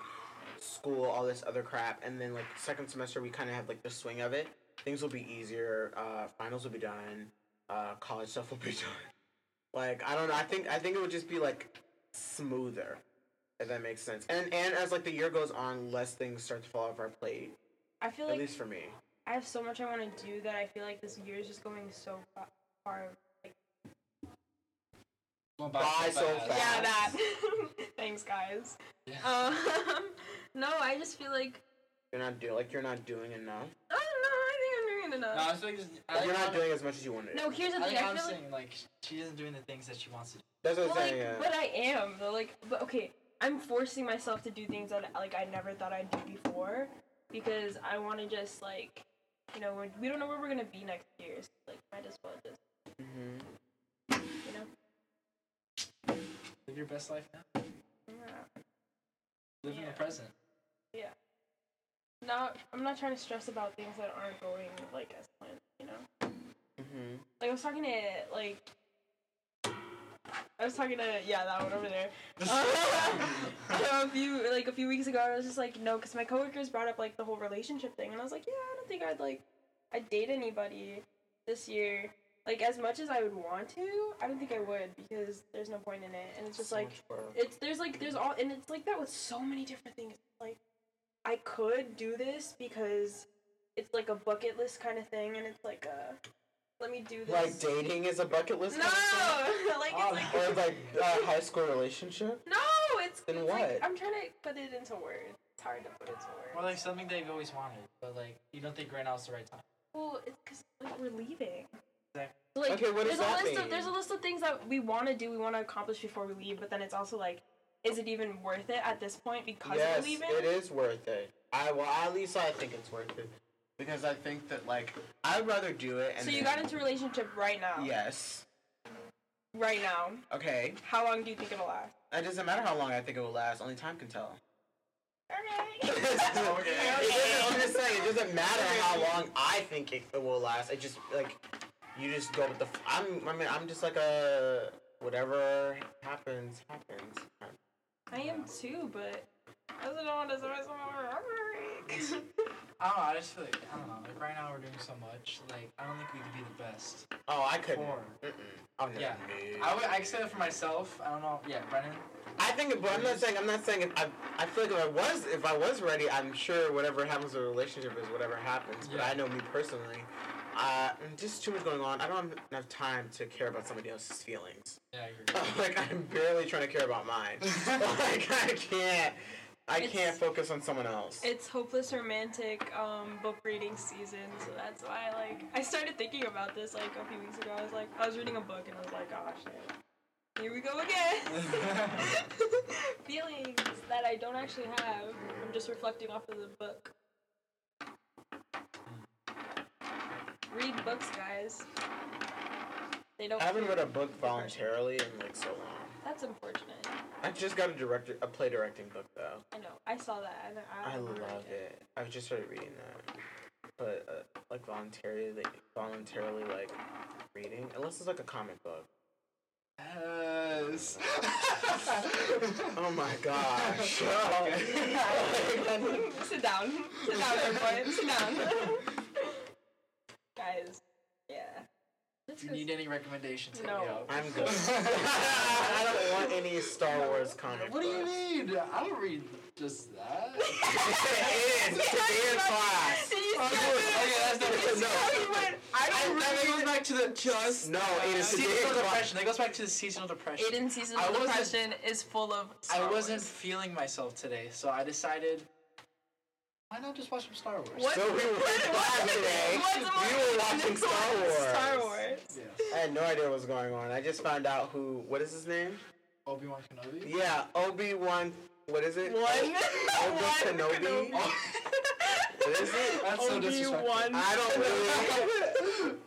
[SPEAKER 1] school, all this other crap. And then like second semester, we kind of have like the swing of it. Things will be easier. Uh, finals will be done. Uh, college stuff will be done. Like I don't know. I think I think it would just be like smoother. If that makes sense. And and as like the year goes on, less things start to fall off our plate.
[SPEAKER 2] I feel
[SPEAKER 1] At
[SPEAKER 2] like
[SPEAKER 1] least for me.
[SPEAKER 2] I have so much I want to do that I feel like this year is just going so fa- far. Like,
[SPEAKER 3] Won't
[SPEAKER 1] Buy so
[SPEAKER 2] yeah,
[SPEAKER 1] fast.
[SPEAKER 2] that. Thanks, guys. Um, no, I just feel like
[SPEAKER 1] You're not doing like you're not doing enough.
[SPEAKER 2] oh no, I think I'm doing
[SPEAKER 3] No, I
[SPEAKER 2] enough.
[SPEAKER 3] was like, I like
[SPEAKER 1] you're not
[SPEAKER 3] Anna-
[SPEAKER 1] doing as much as you wanted.
[SPEAKER 2] No, here's the
[SPEAKER 3] I
[SPEAKER 2] thing.
[SPEAKER 3] think
[SPEAKER 2] I
[SPEAKER 3] I'm
[SPEAKER 2] feel like
[SPEAKER 3] saying like she isn't doing the things that she wants to do.
[SPEAKER 1] That's what
[SPEAKER 2] Well,
[SPEAKER 1] I'm
[SPEAKER 2] like,
[SPEAKER 1] saying. yeah.
[SPEAKER 2] but I am though. Like, but okay, I'm forcing myself to do things that like I never thought I'd do before because I want to just like, you know, we're, we don't know where we're gonna be next year. So, like, might as well just,
[SPEAKER 1] Mhm.
[SPEAKER 2] you know.
[SPEAKER 3] Live your best life now.
[SPEAKER 2] yeah.
[SPEAKER 3] Live in
[SPEAKER 2] Yeah.
[SPEAKER 3] the present.
[SPEAKER 2] Not, I'm not trying to stress about things that aren't going like as planned. You know.
[SPEAKER 1] Mhm.
[SPEAKER 2] Like I was talking to like. I was talking to yeah that one over there. a few like a few weeks ago, I was just like no, because my coworkers brought up like the whole relationship thing, and I was like, yeah, I don't think I'd like I'd date anybody this year. Like as much as I would want to, I don't think I would because there's no point in it, and it's just
[SPEAKER 1] So
[SPEAKER 2] like
[SPEAKER 1] much work.
[SPEAKER 2] it's there's like there's all and it's like that with so many different things like i could do this because it's like a bucket list kind of thing and it's like a let me do this
[SPEAKER 1] like dating is a bucket list.
[SPEAKER 2] no
[SPEAKER 1] kind of
[SPEAKER 2] like
[SPEAKER 3] Oh,
[SPEAKER 2] it's
[SPEAKER 1] thing? Or
[SPEAKER 2] like
[SPEAKER 1] like a high school relationship.
[SPEAKER 2] no it's,
[SPEAKER 1] Then
[SPEAKER 2] it's like
[SPEAKER 1] what?
[SPEAKER 2] i'm trying to put it into words it's hard to put it to
[SPEAKER 3] Or
[SPEAKER 2] words
[SPEAKER 3] like something that you've always wanted, but like you don't think right now is the right time.
[SPEAKER 2] well it's because like we're leaving
[SPEAKER 3] Exactly.
[SPEAKER 2] So, like
[SPEAKER 1] Okay, what
[SPEAKER 2] there's
[SPEAKER 1] does
[SPEAKER 2] a
[SPEAKER 1] that
[SPEAKER 2] list of
[SPEAKER 1] mean?
[SPEAKER 2] there's a list of things that we want to do we want to accomplish before we leave but then it's also like is it even worth it at this point because
[SPEAKER 1] Yes,
[SPEAKER 2] we're leaving
[SPEAKER 1] it is worth it. I well at least I think it's worth it because I think that like I'd rather do it. And
[SPEAKER 2] so
[SPEAKER 1] then-
[SPEAKER 2] you got into a relationship right now
[SPEAKER 1] yes.
[SPEAKER 2] right now
[SPEAKER 1] Okay.
[SPEAKER 2] How long do you think it'll last?
[SPEAKER 1] It doesn't matter how long I think it will last. Only time can tell.
[SPEAKER 2] Okay.
[SPEAKER 1] It doesn't- I'm just saying, it doesn't matter how long I think it, it will last. It just like you just go with the. f- I'm. I mean, I'm just like a whatever happens happens.
[SPEAKER 2] I am too, but I also don't want to surprise my
[SPEAKER 3] I don't know. Oh, I just feel like I don't know. Like right now we're doing so much. Like I don't think we could be the best.
[SPEAKER 1] Oh, I couldn't.
[SPEAKER 3] Or
[SPEAKER 1] Mm-mm. Oh, I'll never
[SPEAKER 3] yeah,
[SPEAKER 1] do.
[SPEAKER 3] I would. I say that for myself. I don't know. Yeah, Brennan.
[SPEAKER 1] I think, but I'm not saying. I'm not saying. If I, I feel like if I was, if I was ready, I'm sure whatever happens with a relationship is whatever happens. But
[SPEAKER 3] Yeah.
[SPEAKER 1] I know me personally, uh, just too much going on. I don't have enough time to care about somebody else's feelings.
[SPEAKER 3] Yeah, you're. Good.
[SPEAKER 1] like I'm barely trying to care about mine. like I can't, I
[SPEAKER 2] It's-
[SPEAKER 1] can't focus on someone else.
[SPEAKER 2] It's hopeless romantic um, book reading season, so that's why like I started thinking about this like a few weeks ago. I was like, I was reading a book and I was like, oh shit, here we go again. Feelings that I don't actually have. I'm just reflecting off of the book. Read books, guys. They don't.
[SPEAKER 1] I haven't
[SPEAKER 2] care.
[SPEAKER 1] read a book voluntarily in like so long.
[SPEAKER 2] That's unfortunate.
[SPEAKER 1] I just got a director, a play directing book though.
[SPEAKER 2] I know. I saw that. And I,
[SPEAKER 1] I
[SPEAKER 2] don't remember
[SPEAKER 1] love it. I just started reading that, but uh, like voluntarily, like, voluntarily like reading, unless it's like a comic book.
[SPEAKER 3] Yes.
[SPEAKER 1] Oh my gosh.
[SPEAKER 3] Okay.
[SPEAKER 1] Like,
[SPEAKER 2] then sit down. Sit down, everybody. Sit down. Guys, yeah. Let's
[SPEAKER 3] Do you
[SPEAKER 2] go
[SPEAKER 3] need any recommendations? hit me
[SPEAKER 2] No.
[SPEAKER 3] up.
[SPEAKER 1] I'm good. I don't want any Star Wars comic.
[SPEAKER 3] What do you
[SPEAKER 1] books.
[SPEAKER 3] need? I don't read just that.
[SPEAKER 1] it is. It's in class.
[SPEAKER 2] Did you see
[SPEAKER 1] Okay,
[SPEAKER 2] how he-
[SPEAKER 1] okay, that's
[SPEAKER 2] did you
[SPEAKER 1] not-
[SPEAKER 2] see how he went, I don't
[SPEAKER 3] that
[SPEAKER 2] really
[SPEAKER 3] goes back to the just
[SPEAKER 1] No, it is today
[SPEAKER 3] seasonal
[SPEAKER 1] in class.
[SPEAKER 3] depression. That goes back to the seasonal depression.
[SPEAKER 2] Aiden's
[SPEAKER 3] I
[SPEAKER 2] seasonal
[SPEAKER 3] wasn't-
[SPEAKER 2] depression is full of Star
[SPEAKER 3] I wasn't
[SPEAKER 2] Wars.
[SPEAKER 3] feeling myself today, so I decided, why not just watch some Star Wars?
[SPEAKER 2] What?
[SPEAKER 1] So we were
[SPEAKER 2] What-
[SPEAKER 1] today.
[SPEAKER 2] what's more
[SPEAKER 1] We were watching Star Wars.
[SPEAKER 2] Star Wars.
[SPEAKER 3] Yes.
[SPEAKER 1] I had no idea what was going on. I just found out who. What is his name?
[SPEAKER 3] Obi Wan Kenobi.
[SPEAKER 1] Yeah, Obi Wan. What is it?
[SPEAKER 2] One.
[SPEAKER 1] Obi
[SPEAKER 2] One
[SPEAKER 1] Kenobi.
[SPEAKER 2] Kenobi.
[SPEAKER 1] What is it?
[SPEAKER 3] That's so disrespectful.
[SPEAKER 2] Obi-Wan.
[SPEAKER 1] I don't really.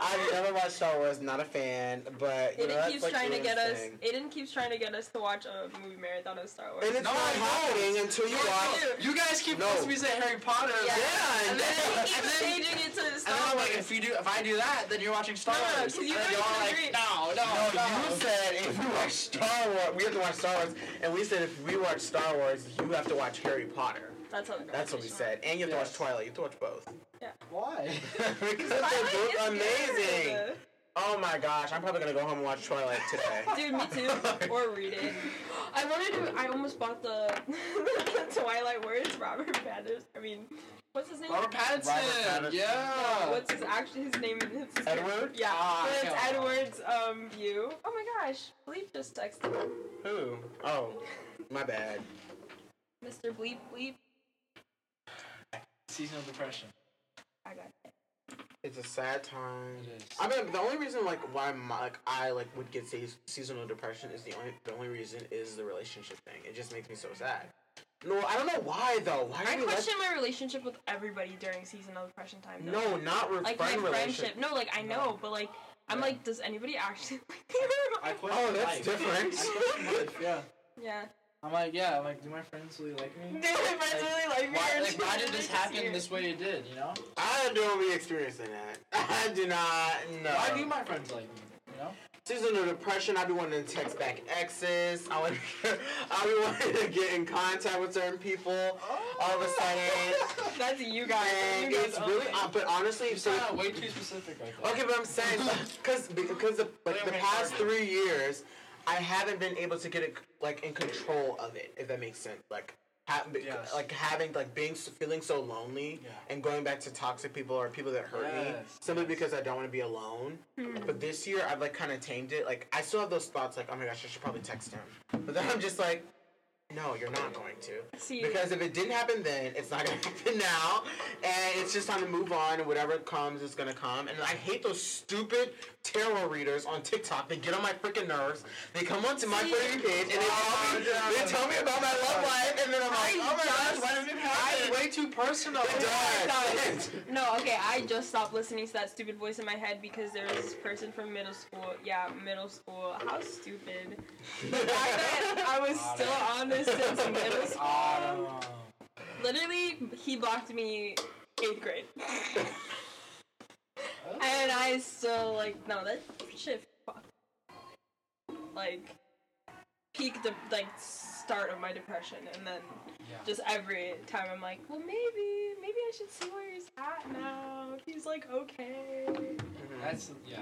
[SPEAKER 1] I've never watched Star Wars. Not a fan. But you know,
[SPEAKER 2] Aiden
[SPEAKER 1] that's
[SPEAKER 2] keeps
[SPEAKER 1] like
[SPEAKER 2] trying to
[SPEAKER 1] Ian's
[SPEAKER 2] get us.
[SPEAKER 1] thing.
[SPEAKER 2] Aiden keeps trying to get us to watch a movie marathon of Star Wars.
[SPEAKER 1] And it's
[SPEAKER 3] No,
[SPEAKER 1] not
[SPEAKER 3] I know.
[SPEAKER 1] happening until you watch.
[SPEAKER 2] do.
[SPEAKER 3] You guys keep
[SPEAKER 1] No.
[SPEAKER 3] supposed to be saying Harry Potter.
[SPEAKER 2] Yeah.
[SPEAKER 1] Yeah,
[SPEAKER 3] And then,
[SPEAKER 2] He
[SPEAKER 3] and
[SPEAKER 2] keeps
[SPEAKER 3] then, and
[SPEAKER 2] changing it to
[SPEAKER 3] then
[SPEAKER 2] Star
[SPEAKER 3] I'm
[SPEAKER 2] Wars.
[SPEAKER 3] like, if you do, if I do that, then you're watching Star
[SPEAKER 2] No, no, no,
[SPEAKER 3] Wars.
[SPEAKER 2] 'cause you
[SPEAKER 3] and
[SPEAKER 2] literally
[SPEAKER 3] then you're all
[SPEAKER 2] said
[SPEAKER 3] like,
[SPEAKER 2] agree.
[SPEAKER 3] no, no, no.
[SPEAKER 1] You said if we watch Star Wars, we have to watch Star Wars, and we said if we watch Star Wars, you have to watch Harry Potter.
[SPEAKER 2] That's how the
[SPEAKER 1] That's what we
[SPEAKER 2] conversation
[SPEAKER 1] said. And you have to watch
[SPEAKER 3] Yes.
[SPEAKER 1] Twilight. You have to watch both.
[SPEAKER 3] Why?
[SPEAKER 1] because
[SPEAKER 2] went.
[SPEAKER 1] they're
[SPEAKER 2] Twilight
[SPEAKER 1] both
[SPEAKER 2] is
[SPEAKER 1] amazing.
[SPEAKER 2] good.
[SPEAKER 1] Oh my gosh, I'm probably gonna go home and watch Twilight today.
[SPEAKER 2] Dude, me too. Or read it. I wanted to. I almost bought the Twilight Words. Robert Patterson. I mean, what's his name?
[SPEAKER 3] Robert Pattinson.
[SPEAKER 1] Pattinson.
[SPEAKER 3] Yeah.
[SPEAKER 2] What's his actually his name? And his
[SPEAKER 1] Edward?
[SPEAKER 2] Yeah.
[SPEAKER 3] Ah,
[SPEAKER 2] but it's
[SPEAKER 3] yeah.
[SPEAKER 2] Edward's um view. Oh my gosh, Bleep just texted him.
[SPEAKER 1] Who? Oh, my bad.
[SPEAKER 2] Mr. Bleep Bleep.
[SPEAKER 3] Seasonal depression.
[SPEAKER 2] I got it.
[SPEAKER 1] It's a sad time.
[SPEAKER 3] It is.
[SPEAKER 1] I mean, the only reason like why my, like I like would get seas- seasonal depression is the only the only reason is the relationship thing. It just makes me so sad. No, I don't know why though. Why
[SPEAKER 2] I
[SPEAKER 1] do we let
[SPEAKER 2] question my relationship with everybody during seasonal depression time. Though.
[SPEAKER 1] No, not re-
[SPEAKER 2] like
[SPEAKER 1] friend
[SPEAKER 2] my
[SPEAKER 1] relationship.
[SPEAKER 2] friendship. No, like I know, but like I'm
[SPEAKER 3] Yeah.
[SPEAKER 2] like, does anybody actually?
[SPEAKER 3] I quit
[SPEAKER 1] Oh,
[SPEAKER 3] my
[SPEAKER 1] that's
[SPEAKER 3] life.
[SPEAKER 1] different.
[SPEAKER 3] I quit my life, yeah.
[SPEAKER 2] yeah.
[SPEAKER 3] I'm like, yeah. I'm like, do my friends really like me?
[SPEAKER 2] Dude, my friends really like me.
[SPEAKER 3] Why,
[SPEAKER 2] or
[SPEAKER 3] like, why did
[SPEAKER 2] really
[SPEAKER 3] this happen
[SPEAKER 2] weird.
[SPEAKER 3] this way it did? You know?
[SPEAKER 1] I don't be experiencing that. I do not know.
[SPEAKER 3] Why do my friends like me? You know?
[SPEAKER 1] Seasonal depression. I be wanting to text back exes. I would. I be wanting to get in contact with certain people.
[SPEAKER 3] Oh.
[SPEAKER 1] All of a sudden,
[SPEAKER 2] That's you guys.
[SPEAKER 1] and
[SPEAKER 2] you guys
[SPEAKER 1] it's
[SPEAKER 2] own
[SPEAKER 1] really.
[SPEAKER 2] it.
[SPEAKER 1] Uh, but honestly,
[SPEAKER 3] You
[SPEAKER 1] so,
[SPEAKER 3] sound way too specific right there.
[SPEAKER 1] okay. But I'm saying because because the, like, the past three years, I haven't been able to get it like in control of it. If that makes sense, like. Ha- be-
[SPEAKER 3] Yes.
[SPEAKER 1] Like having like being s- feeling so lonely
[SPEAKER 3] Yeah.
[SPEAKER 1] and going back to toxic people or people that hurt me
[SPEAKER 3] Yes,
[SPEAKER 1] simply
[SPEAKER 3] yes.
[SPEAKER 1] because I don't want to be alone. But this year, I've like kind of tamed it. Like I still have those thoughts, like oh my gosh, I should probably text him. But then I'm just like, no, you're not going to,
[SPEAKER 2] See,
[SPEAKER 1] because if it didn't happen then, it's not gonna happen now, and it's just time to move on. And whatever comes, is gonna come. And I hate those stupid tarot readers on TikTok. They get on my freaking nerves. They come onto my
[SPEAKER 2] See?
[SPEAKER 1] freaking page
[SPEAKER 3] Oh,
[SPEAKER 1] and they tell me, they tell me about my love life, and then I'm like, oh my gosh, why did it
[SPEAKER 3] I
[SPEAKER 1] happen?
[SPEAKER 3] way too personal.
[SPEAKER 1] It does.
[SPEAKER 2] No, okay, I just stopped listening to that stupid voice in my head because there was this person from middle school. Yeah, middle school. How stupid. I bet I was still on this since middle school.
[SPEAKER 3] Oh,
[SPEAKER 2] Literally, he blocked me eighth grade. And I still, like, no, that shit fucked. Like, peak, the, like, start of my depression. And then
[SPEAKER 3] yeah.
[SPEAKER 2] just every time I'm like, well, maybe, maybe I should see where he's at now. If he's like okay.
[SPEAKER 3] That's yeah.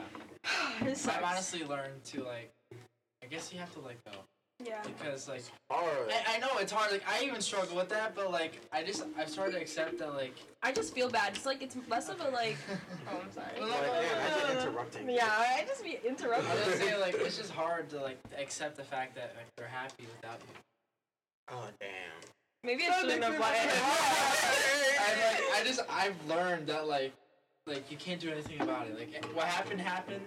[SPEAKER 2] It sucks.
[SPEAKER 3] I've honestly learned to like. I guess you have to let go
[SPEAKER 2] yeah.
[SPEAKER 3] because like
[SPEAKER 1] Hard.
[SPEAKER 3] I, I know it's hard. Like I even struggle with that, but like I just I've started to accept that like.
[SPEAKER 2] I just feel bad. It's like it's less of a like. Oh, I'm sorry.
[SPEAKER 3] Well,
[SPEAKER 1] Like, man, I've
[SPEAKER 3] uh,
[SPEAKER 1] been interrupting.
[SPEAKER 2] Yeah, I just be
[SPEAKER 3] I was
[SPEAKER 2] interrupted.
[SPEAKER 3] gonna say like it's just hard to like accept the fact that like they're happy without you.
[SPEAKER 1] Oh damn.
[SPEAKER 2] Maybe I shouldn't have bought it.
[SPEAKER 3] I like I just I've learned that like like you can't do anything about it. Like eh, what happened happened.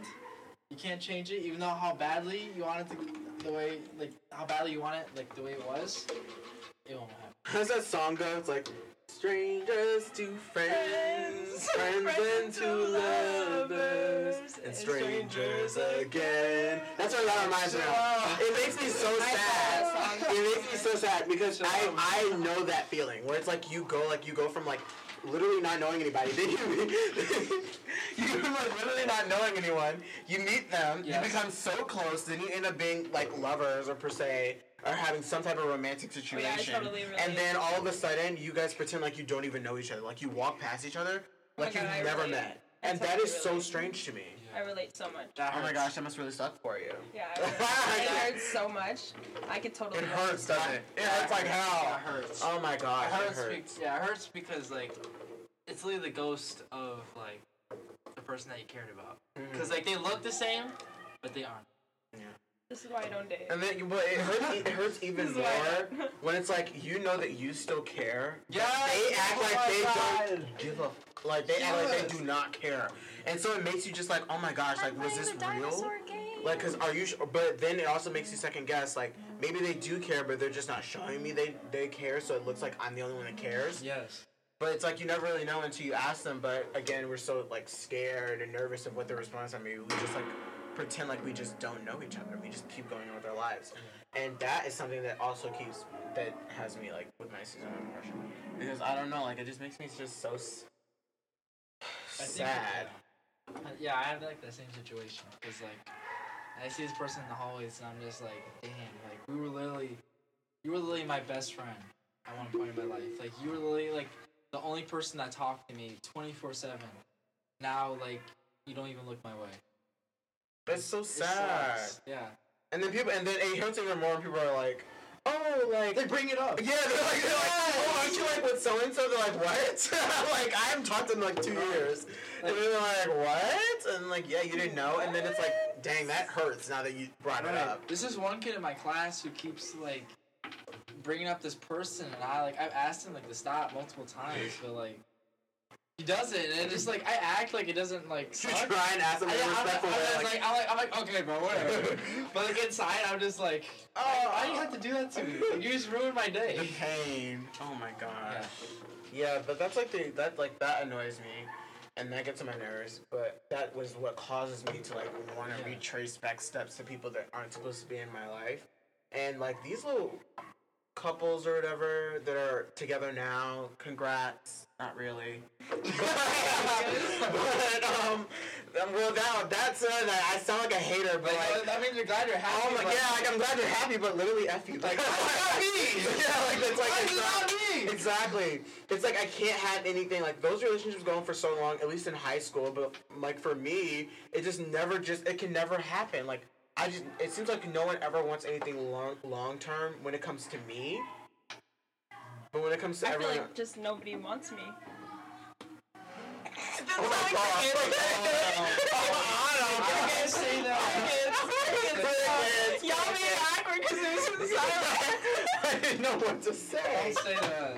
[SPEAKER 3] You can't change it, even though how badly you want it to, the way like how badly you want it like the way it was. It won't happen.
[SPEAKER 1] How's that song go? It's like strangers to friends, friends, and to lovers, and strangers again. That's what that reminds me of. It makes me so
[SPEAKER 2] I thought
[SPEAKER 1] sad.
[SPEAKER 2] that song-
[SPEAKER 1] It makes me so sad because
[SPEAKER 3] So-
[SPEAKER 1] I I know that feeling where it's like you go like you go from like literally not knowing anybody. Then you you go from like literally not knowing anyone. You meet them.
[SPEAKER 3] Yes.
[SPEAKER 1] You become so close. Then you end up being like lovers or per se. are having some type of romantic situation,
[SPEAKER 2] Oh, totally
[SPEAKER 1] and
[SPEAKER 2] relate.
[SPEAKER 1] then all of a sudden you guys pretend like you don't even know each other, like you walk past each other,
[SPEAKER 2] Oh my
[SPEAKER 1] like
[SPEAKER 2] God,
[SPEAKER 1] you've
[SPEAKER 2] I
[SPEAKER 1] never
[SPEAKER 2] relate.
[SPEAKER 1] met,
[SPEAKER 2] I
[SPEAKER 1] and that
[SPEAKER 2] totally
[SPEAKER 1] is so
[SPEAKER 2] relate.
[SPEAKER 1] strange to me.
[SPEAKER 2] I relate so much.
[SPEAKER 4] That
[SPEAKER 1] Oh my
[SPEAKER 4] hurts.
[SPEAKER 1] gosh, that must really suck for you.
[SPEAKER 2] Yeah, I relate. it hurts so much. I could totally.
[SPEAKER 1] It
[SPEAKER 2] relate.
[SPEAKER 1] hurts, doesn't it? It hurts like
[SPEAKER 3] That
[SPEAKER 1] hell.
[SPEAKER 3] hurts.
[SPEAKER 1] Oh my gosh,
[SPEAKER 3] it hurts.
[SPEAKER 1] it hurts.
[SPEAKER 3] Be- yeah, it hurts because like it's literally the ghost of like the person that you cared about.
[SPEAKER 1] Mm-hmm.
[SPEAKER 3] Because like they look the same, but they aren't.
[SPEAKER 2] This is why I don't date.
[SPEAKER 1] And then, but it hurts, e, it hurts even
[SPEAKER 2] This is why I
[SPEAKER 1] more when it's like you know that you still care. but
[SPEAKER 3] Yes!
[SPEAKER 1] they act
[SPEAKER 3] Oh
[SPEAKER 1] like
[SPEAKER 3] my
[SPEAKER 1] they
[SPEAKER 3] God.
[SPEAKER 1] don't give a f- like they act like
[SPEAKER 4] Yes.
[SPEAKER 1] they do not care, and so it makes you just like, oh my gosh, like was this real? Like, cause are you? Sh- but then it also makes you second guess. Like maybe they do care, but they're just not showing me they they care, so it looks like I'm the only one that cares.
[SPEAKER 3] Yes.
[SPEAKER 1] But it's like you never really know until you ask them. But again, we're so like scared and nervous of what their response might be. We just like pretend like we just don't know each other. We just keep going on with our lives,
[SPEAKER 3] Mm-hmm.
[SPEAKER 1] and that is something that also keeps that has me like with my season of depression because I don't know. Like it just makes me just so s-
[SPEAKER 3] I think-
[SPEAKER 1] sad.
[SPEAKER 3] Uh, Yeah, I have like the same situation because like I see this person in the hallways and I'm just like, damn, like we were literally, you were literally my best friend at one point in my life. Like you were literally like the only person that talked to me 24 seven. Now like you don't even look my way.
[SPEAKER 1] That's so
[SPEAKER 3] It
[SPEAKER 1] sad.
[SPEAKER 3] sucks. Yeah.
[SPEAKER 1] And then people, and then it hurts even more. when People are like, oh, like
[SPEAKER 4] They bring it up.
[SPEAKER 1] Yeah, they're like, they're like, oh, aren't you like with so and so? They're like, what? like, I haven't talked to them in like two
[SPEAKER 3] Uh-huh.
[SPEAKER 1] years. And then they're like, what? And like, yeah, you didn't know. And then it's like, dang, that hurts now that you brought it
[SPEAKER 3] Right.
[SPEAKER 1] up.
[SPEAKER 3] There's this one kid in my class who keeps like bringing up this person, and I like I've asked him like to stop multiple times, but like he doesn't, and it's just like I act like it doesn't like.
[SPEAKER 1] You
[SPEAKER 3] Suck.
[SPEAKER 1] try and ask them
[SPEAKER 3] I,
[SPEAKER 1] in a
[SPEAKER 3] am
[SPEAKER 1] respectful way.
[SPEAKER 3] like,
[SPEAKER 1] Like,
[SPEAKER 3] I'm like, I'm like, okay, bro, whatever. but like inside, I'm just like, oh, why do you have to do that to me? Like, you just ruined my
[SPEAKER 1] the
[SPEAKER 3] day.
[SPEAKER 1] pain. Oh my gosh.
[SPEAKER 3] Yeah.
[SPEAKER 1] Yeah, but that's like the that like that annoys me, and that gets on my nerves. But that was what causes me to like want to
[SPEAKER 3] Yeah.
[SPEAKER 1] retrace back steps to people that aren't supposed to be in my life, and like these little couples or whatever that are together now. Congrats. Not really. but um, well, now that's uh, that I sound like a hater, but
[SPEAKER 3] Like, oh,
[SPEAKER 1] like.
[SPEAKER 3] that means you're glad you're happy.
[SPEAKER 1] Oh my
[SPEAKER 3] but-
[SPEAKER 1] yeah, like I'm glad you're happy, but literally F you. Like, me! Yeah, like that's like
[SPEAKER 3] Why is
[SPEAKER 1] it's
[SPEAKER 3] it
[SPEAKER 1] not-
[SPEAKER 3] not me?
[SPEAKER 1] Exactly. It's like I can't have anything like those relationships go on for so long, at least in high school, but like for me, it just never just it can never happen. Like I just it seems like no one ever wants anything long long term when it comes to me. But when it comes to
[SPEAKER 2] I feel
[SPEAKER 1] everyone
[SPEAKER 2] like just nobody wants me.
[SPEAKER 1] Oh my Oh, god.
[SPEAKER 3] I can't say that.
[SPEAKER 2] Y'all made it awkward because it was in silence.
[SPEAKER 1] I didn't know what to
[SPEAKER 3] I
[SPEAKER 1] say.
[SPEAKER 3] can't say that.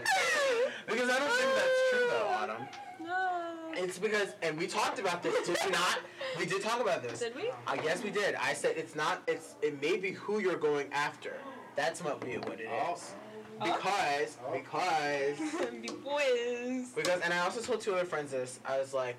[SPEAKER 1] Because I don't think that's true though, Autumn.
[SPEAKER 2] No.
[SPEAKER 1] It's because, and we talked about this, did we not? We did talk about this.
[SPEAKER 2] Did we?
[SPEAKER 1] I guess we did. I said it's not. It's it may be who you're going after. That's what be what it
[SPEAKER 3] Oh.
[SPEAKER 1] is. Because because
[SPEAKER 2] Be boys.
[SPEAKER 1] because, and I also told two other friends this. I was like,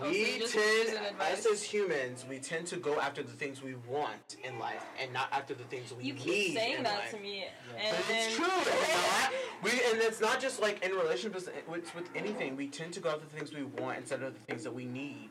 [SPEAKER 2] Oh, so
[SPEAKER 1] we
[SPEAKER 2] you just using
[SPEAKER 1] tend
[SPEAKER 2] advice?
[SPEAKER 1] us as humans, we tend to go after the things we want in life and not after the things we
[SPEAKER 2] You
[SPEAKER 1] need
[SPEAKER 2] keep saying
[SPEAKER 1] in
[SPEAKER 2] that
[SPEAKER 1] life.
[SPEAKER 2] to me,
[SPEAKER 1] But
[SPEAKER 2] and
[SPEAKER 1] it's true. It's not. We and it's not just like in relationships. With, with anything, we tend to go after the things we want instead of the things that we need.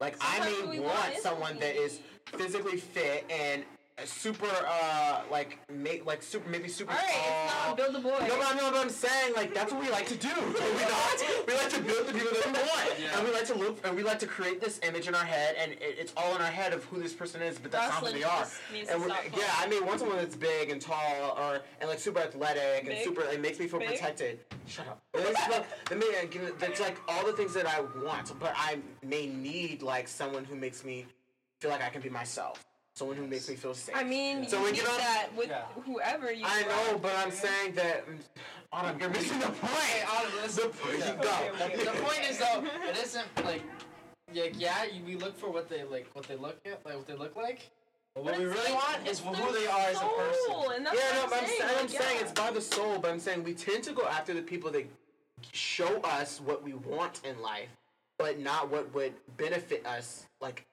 [SPEAKER 1] Like I
[SPEAKER 2] Sometimes
[SPEAKER 1] may
[SPEAKER 2] we
[SPEAKER 1] want,
[SPEAKER 2] want is what
[SPEAKER 1] someone
[SPEAKER 2] we
[SPEAKER 1] that is physically fit and super, uh, like ma- like super maybe super
[SPEAKER 2] All right, it's
[SPEAKER 1] tall.
[SPEAKER 2] not build a boy.
[SPEAKER 1] No, but I Oh. know what I'm saying. Like that's what we like to do. Do we not? We like to build the people that we want,
[SPEAKER 3] Yeah.
[SPEAKER 1] and we like to look, and we like to create this image in our head, and it, it's all in our head of who this person is, but that's not who
[SPEAKER 2] Jocelyn
[SPEAKER 1] they are.
[SPEAKER 2] just needs to
[SPEAKER 1] And we're,
[SPEAKER 2] stop
[SPEAKER 1] yeah, I
[SPEAKER 2] calling.
[SPEAKER 1] mean, want someone that's big and tall, or and like super athletic and
[SPEAKER 2] Big?
[SPEAKER 1] super. It makes me feel
[SPEAKER 2] Big?
[SPEAKER 1] protected. Shut up. It makes me feel- that may- give it- That's like all the things that I want, but I may need like someone who makes me feel like I can be myself. Someone who makes me feel safe.
[SPEAKER 2] I mean,
[SPEAKER 1] So
[SPEAKER 2] you
[SPEAKER 1] when
[SPEAKER 2] need
[SPEAKER 1] you don't-
[SPEAKER 2] that with
[SPEAKER 3] Yeah.
[SPEAKER 2] whoever you.
[SPEAKER 1] I know,
[SPEAKER 2] are
[SPEAKER 1] but I'm
[SPEAKER 2] with.
[SPEAKER 1] saying that. Autumn, you're missing the
[SPEAKER 3] Hey,
[SPEAKER 1] point.
[SPEAKER 3] Autumn, listen.
[SPEAKER 1] The point
[SPEAKER 3] Yeah.
[SPEAKER 1] you go.
[SPEAKER 2] Okay, okay.
[SPEAKER 3] the point is though, it isn't like, yeah, yeah, you, we look for what they like, what they look at, like what they look like. But what
[SPEAKER 2] But
[SPEAKER 3] we
[SPEAKER 2] it's
[SPEAKER 3] really
[SPEAKER 2] like-
[SPEAKER 3] want is
[SPEAKER 2] Their
[SPEAKER 3] who they are as a person.
[SPEAKER 2] soul, and that's
[SPEAKER 1] Yeah, no,
[SPEAKER 2] what
[SPEAKER 1] but
[SPEAKER 2] I'm
[SPEAKER 1] I'm,
[SPEAKER 2] saying.
[SPEAKER 1] saying, I'm
[SPEAKER 2] like,
[SPEAKER 1] saying
[SPEAKER 2] yeah.
[SPEAKER 1] it's by the soul, but I'm saying we tend to go after the people that show us what we want in life, but not what would benefit us, like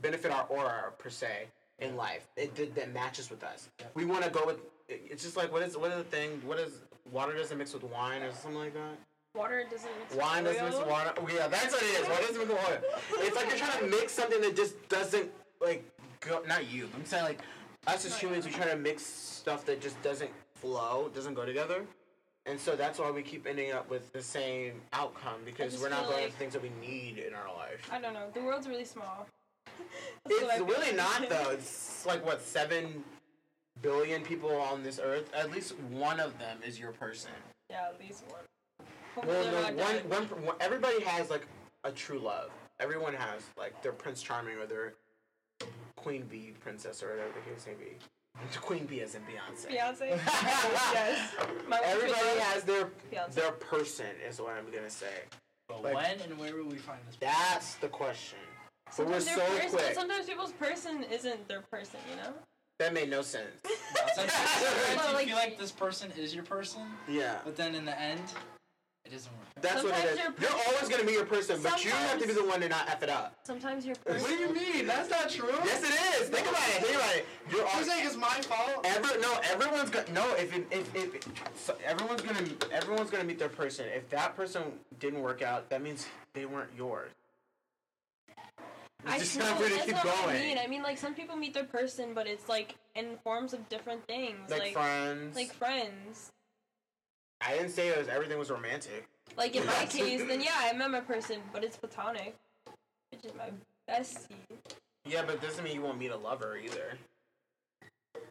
[SPEAKER 1] benefit our aura per se in life. It that- that matches with us. We want to go with. It's just like what is what is the thing? What is water doesn't mix with wine or something like that?
[SPEAKER 2] water doesn't mix. with
[SPEAKER 1] Wine doesn't mix
[SPEAKER 2] oil.
[SPEAKER 1] with water. Oh, yeah, that's what it is. Wine doesn't mix with water. It's like you're trying to mix something that just doesn't like go. Not you. but I'm saying like us as humans, we try to mix stuff that just doesn't flow, doesn't go together. And so that's why we keep ending up with the same outcome because
[SPEAKER 2] just
[SPEAKER 1] we're not
[SPEAKER 2] feel
[SPEAKER 1] going
[SPEAKER 2] like-
[SPEAKER 1] for things that we need in our life.
[SPEAKER 2] I don't know. The world's really small. That's what
[SPEAKER 1] It's
[SPEAKER 2] I feel.
[SPEAKER 1] really not though. It's like what seven billion people on this earth. At least one of them is your person.
[SPEAKER 2] yeah, at least one. Hopefully
[SPEAKER 1] Well,
[SPEAKER 2] they're
[SPEAKER 1] no,
[SPEAKER 2] not
[SPEAKER 1] one,
[SPEAKER 2] dead.
[SPEAKER 1] one, one, everybody has like a true love. Everyone has like their Prince Charming or their Queen Bee princess or whatever the case may be. It's Queen Bee as in Beyonce.
[SPEAKER 2] Beyonce. yes. My one true
[SPEAKER 1] Everybody
[SPEAKER 2] love.
[SPEAKER 1] has their
[SPEAKER 2] Beyonce.
[SPEAKER 1] their person is what I'm gonna say.
[SPEAKER 5] But
[SPEAKER 1] Like-
[SPEAKER 5] when and where will we find this?
[SPEAKER 1] That's the question. But we're
[SPEAKER 2] Sometimes
[SPEAKER 1] so
[SPEAKER 2] their person,
[SPEAKER 1] quick.
[SPEAKER 2] Sometimes people's person isn't their person, you know.
[SPEAKER 1] That made no sense.
[SPEAKER 5] Sometimes, sometimes
[SPEAKER 2] Well,
[SPEAKER 5] you
[SPEAKER 2] like-
[SPEAKER 5] feel like this person is your person,
[SPEAKER 1] Yeah.
[SPEAKER 5] but then in the end, it doesn't work.
[SPEAKER 1] That's what it
[SPEAKER 2] Sometimes
[SPEAKER 1] is.
[SPEAKER 2] your
[SPEAKER 1] You're
[SPEAKER 2] person-
[SPEAKER 1] always gonna be your person, but you have to be the one to not f it up.
[SPEAKER 2] Sometimes your person.
[SPEAKER 3] do you mean? That's not true.
[SPEAKER 1] Yes, it is. Think about it. Think about it. You're
[SPEAKER 3] You're
[SPEAKER 1] always.
[SPEAKER 3] saying it's my fault?
[SPEAKER 1] Ever no, everyone's gonna no. If it, if if so everyone's gonna everyone's gonna meet their person. If that person didn't work out, that means they weren't yours. It's
[SPEAKER 2] I
[SPEAKER 1] just
[SPEAKER 2] know,
[SPEAKER 1] not for you to
[SPEAKER 2] that's
[SPEAKER 1] keep
[SPEAKER 2] not what I
[SPEAKER 1] going.
[SPEAKER 2] mean. I mean, like some people meet their person, but it's like in forms of different things,
[SPEAKER 1] Like,
[SPEAKER 2] like
[SPEAKER 1] friends.
[SPEAKER 2] like friends.
[SPEAKER 1] I didn't say it was everything was romantic.
[SPEAKER 2] Like in my case, then yeah, I met my person, but it's platonic, which is my bestie.
[SPEAKER 1] Yeah, but it doesn't mean you won't meet a lover either.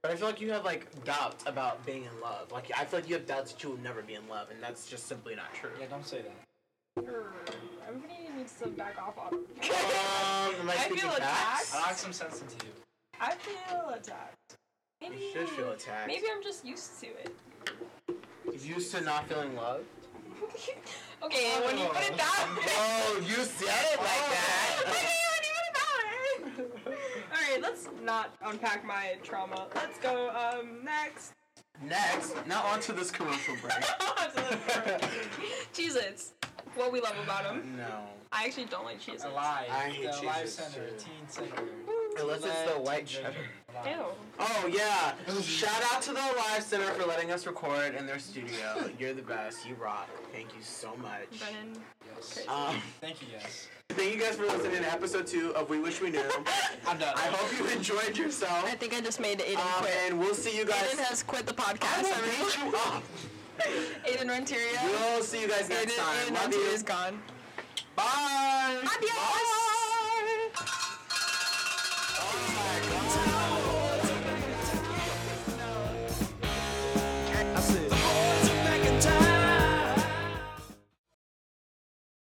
[SPEAKER 1] But I feel like you have like doubts about being in love. Like I feel like you have doubts that you will never be in love, and that's just simply not true.
[SPEAKER 5] Yeah, don't say that.
[SPEAKER 2] Err, Everybody needs to back off on.
[SPEAKER 1] Um, am I,
[SPEAKER 2] I
[SPEAKER 1] speaking
[SPEAKER 2] feel
[SPEAKER 1] facts?
[SPEAKER 5] I'll add some sense into you.
[SPEAKER 2] I feel attacked. Maybe
[SPEAKER 1] You should feel attacked.
[SPEAKER 2] Maybe I'm just used to it.
[SPEAKER 1] Uh, Used to not feeling love.
[SPEAKER 2] okay, when you put it that way.
[SPEAKER 1] Oh, you said it like that.
[SPEAKER 2] Okay, when you put it that way. Alright, let's not unpack my trauma. Let's go, um, next.
[SPEAKER 1] Next, now on to this commercial break.
[SPEAKER 2] Cheez-Its. What we love about them.
[SPEAKER 1] no.
[SPEAKER 2] I actually don't like Cheez-Its.
[SPEAKER 5] Alive.
[SPEAKER 1] I hate
[SPEAKER 5] the Alive
[SPEAKER 1] Jesus,
[SPEAKER 5] Center,
[SPEAKER 1] too.
[SPEAKER 5] Teen Center.
[SPEAKER 1] Unless it's the white
[SPEAKER 5] Teen
[SPEAKER 1] cheddar.
[SPEAKER 5] Alive.
[SPEAKER 2] Ew.
[SPEAKER 1] Oh yeah! Shout out to the Live Center for letting us record in their studio. You're the best. You rock. Thank you so much.
[SPEAKER 2] Brennan.
[SPEAKER 5] Yes.
[SPEAKER 2] Crazy.
[SPEAKER 1] Um,
[SPEAKER 5] Thank you guys.
[SPEAKER 1] thank you guys for listening to episode two of We Wish We Knew.
[SPEAKER 5] I'm done.
[SPEAKER 1] I hope you enjoyed yourself.
[SPEAKER 2] think I just made Aiden
[SPEAKER 1] Um, and we'll see you guys.
[SPEAKER 2] has quit the
[SPEAKER 1] I
[SPEAKER 2] podcast
[SPEAKER 1] will beat you up.
[SPEAKER 2] Aiden Renteria.
[SPEAKER 1] We'll see you guys next time. Love you.
[SPEAKER 2] gone.
[SPEAKER 1] Bye.
[SPEAKER 2] Adios.
[SPEAKER 1] Oh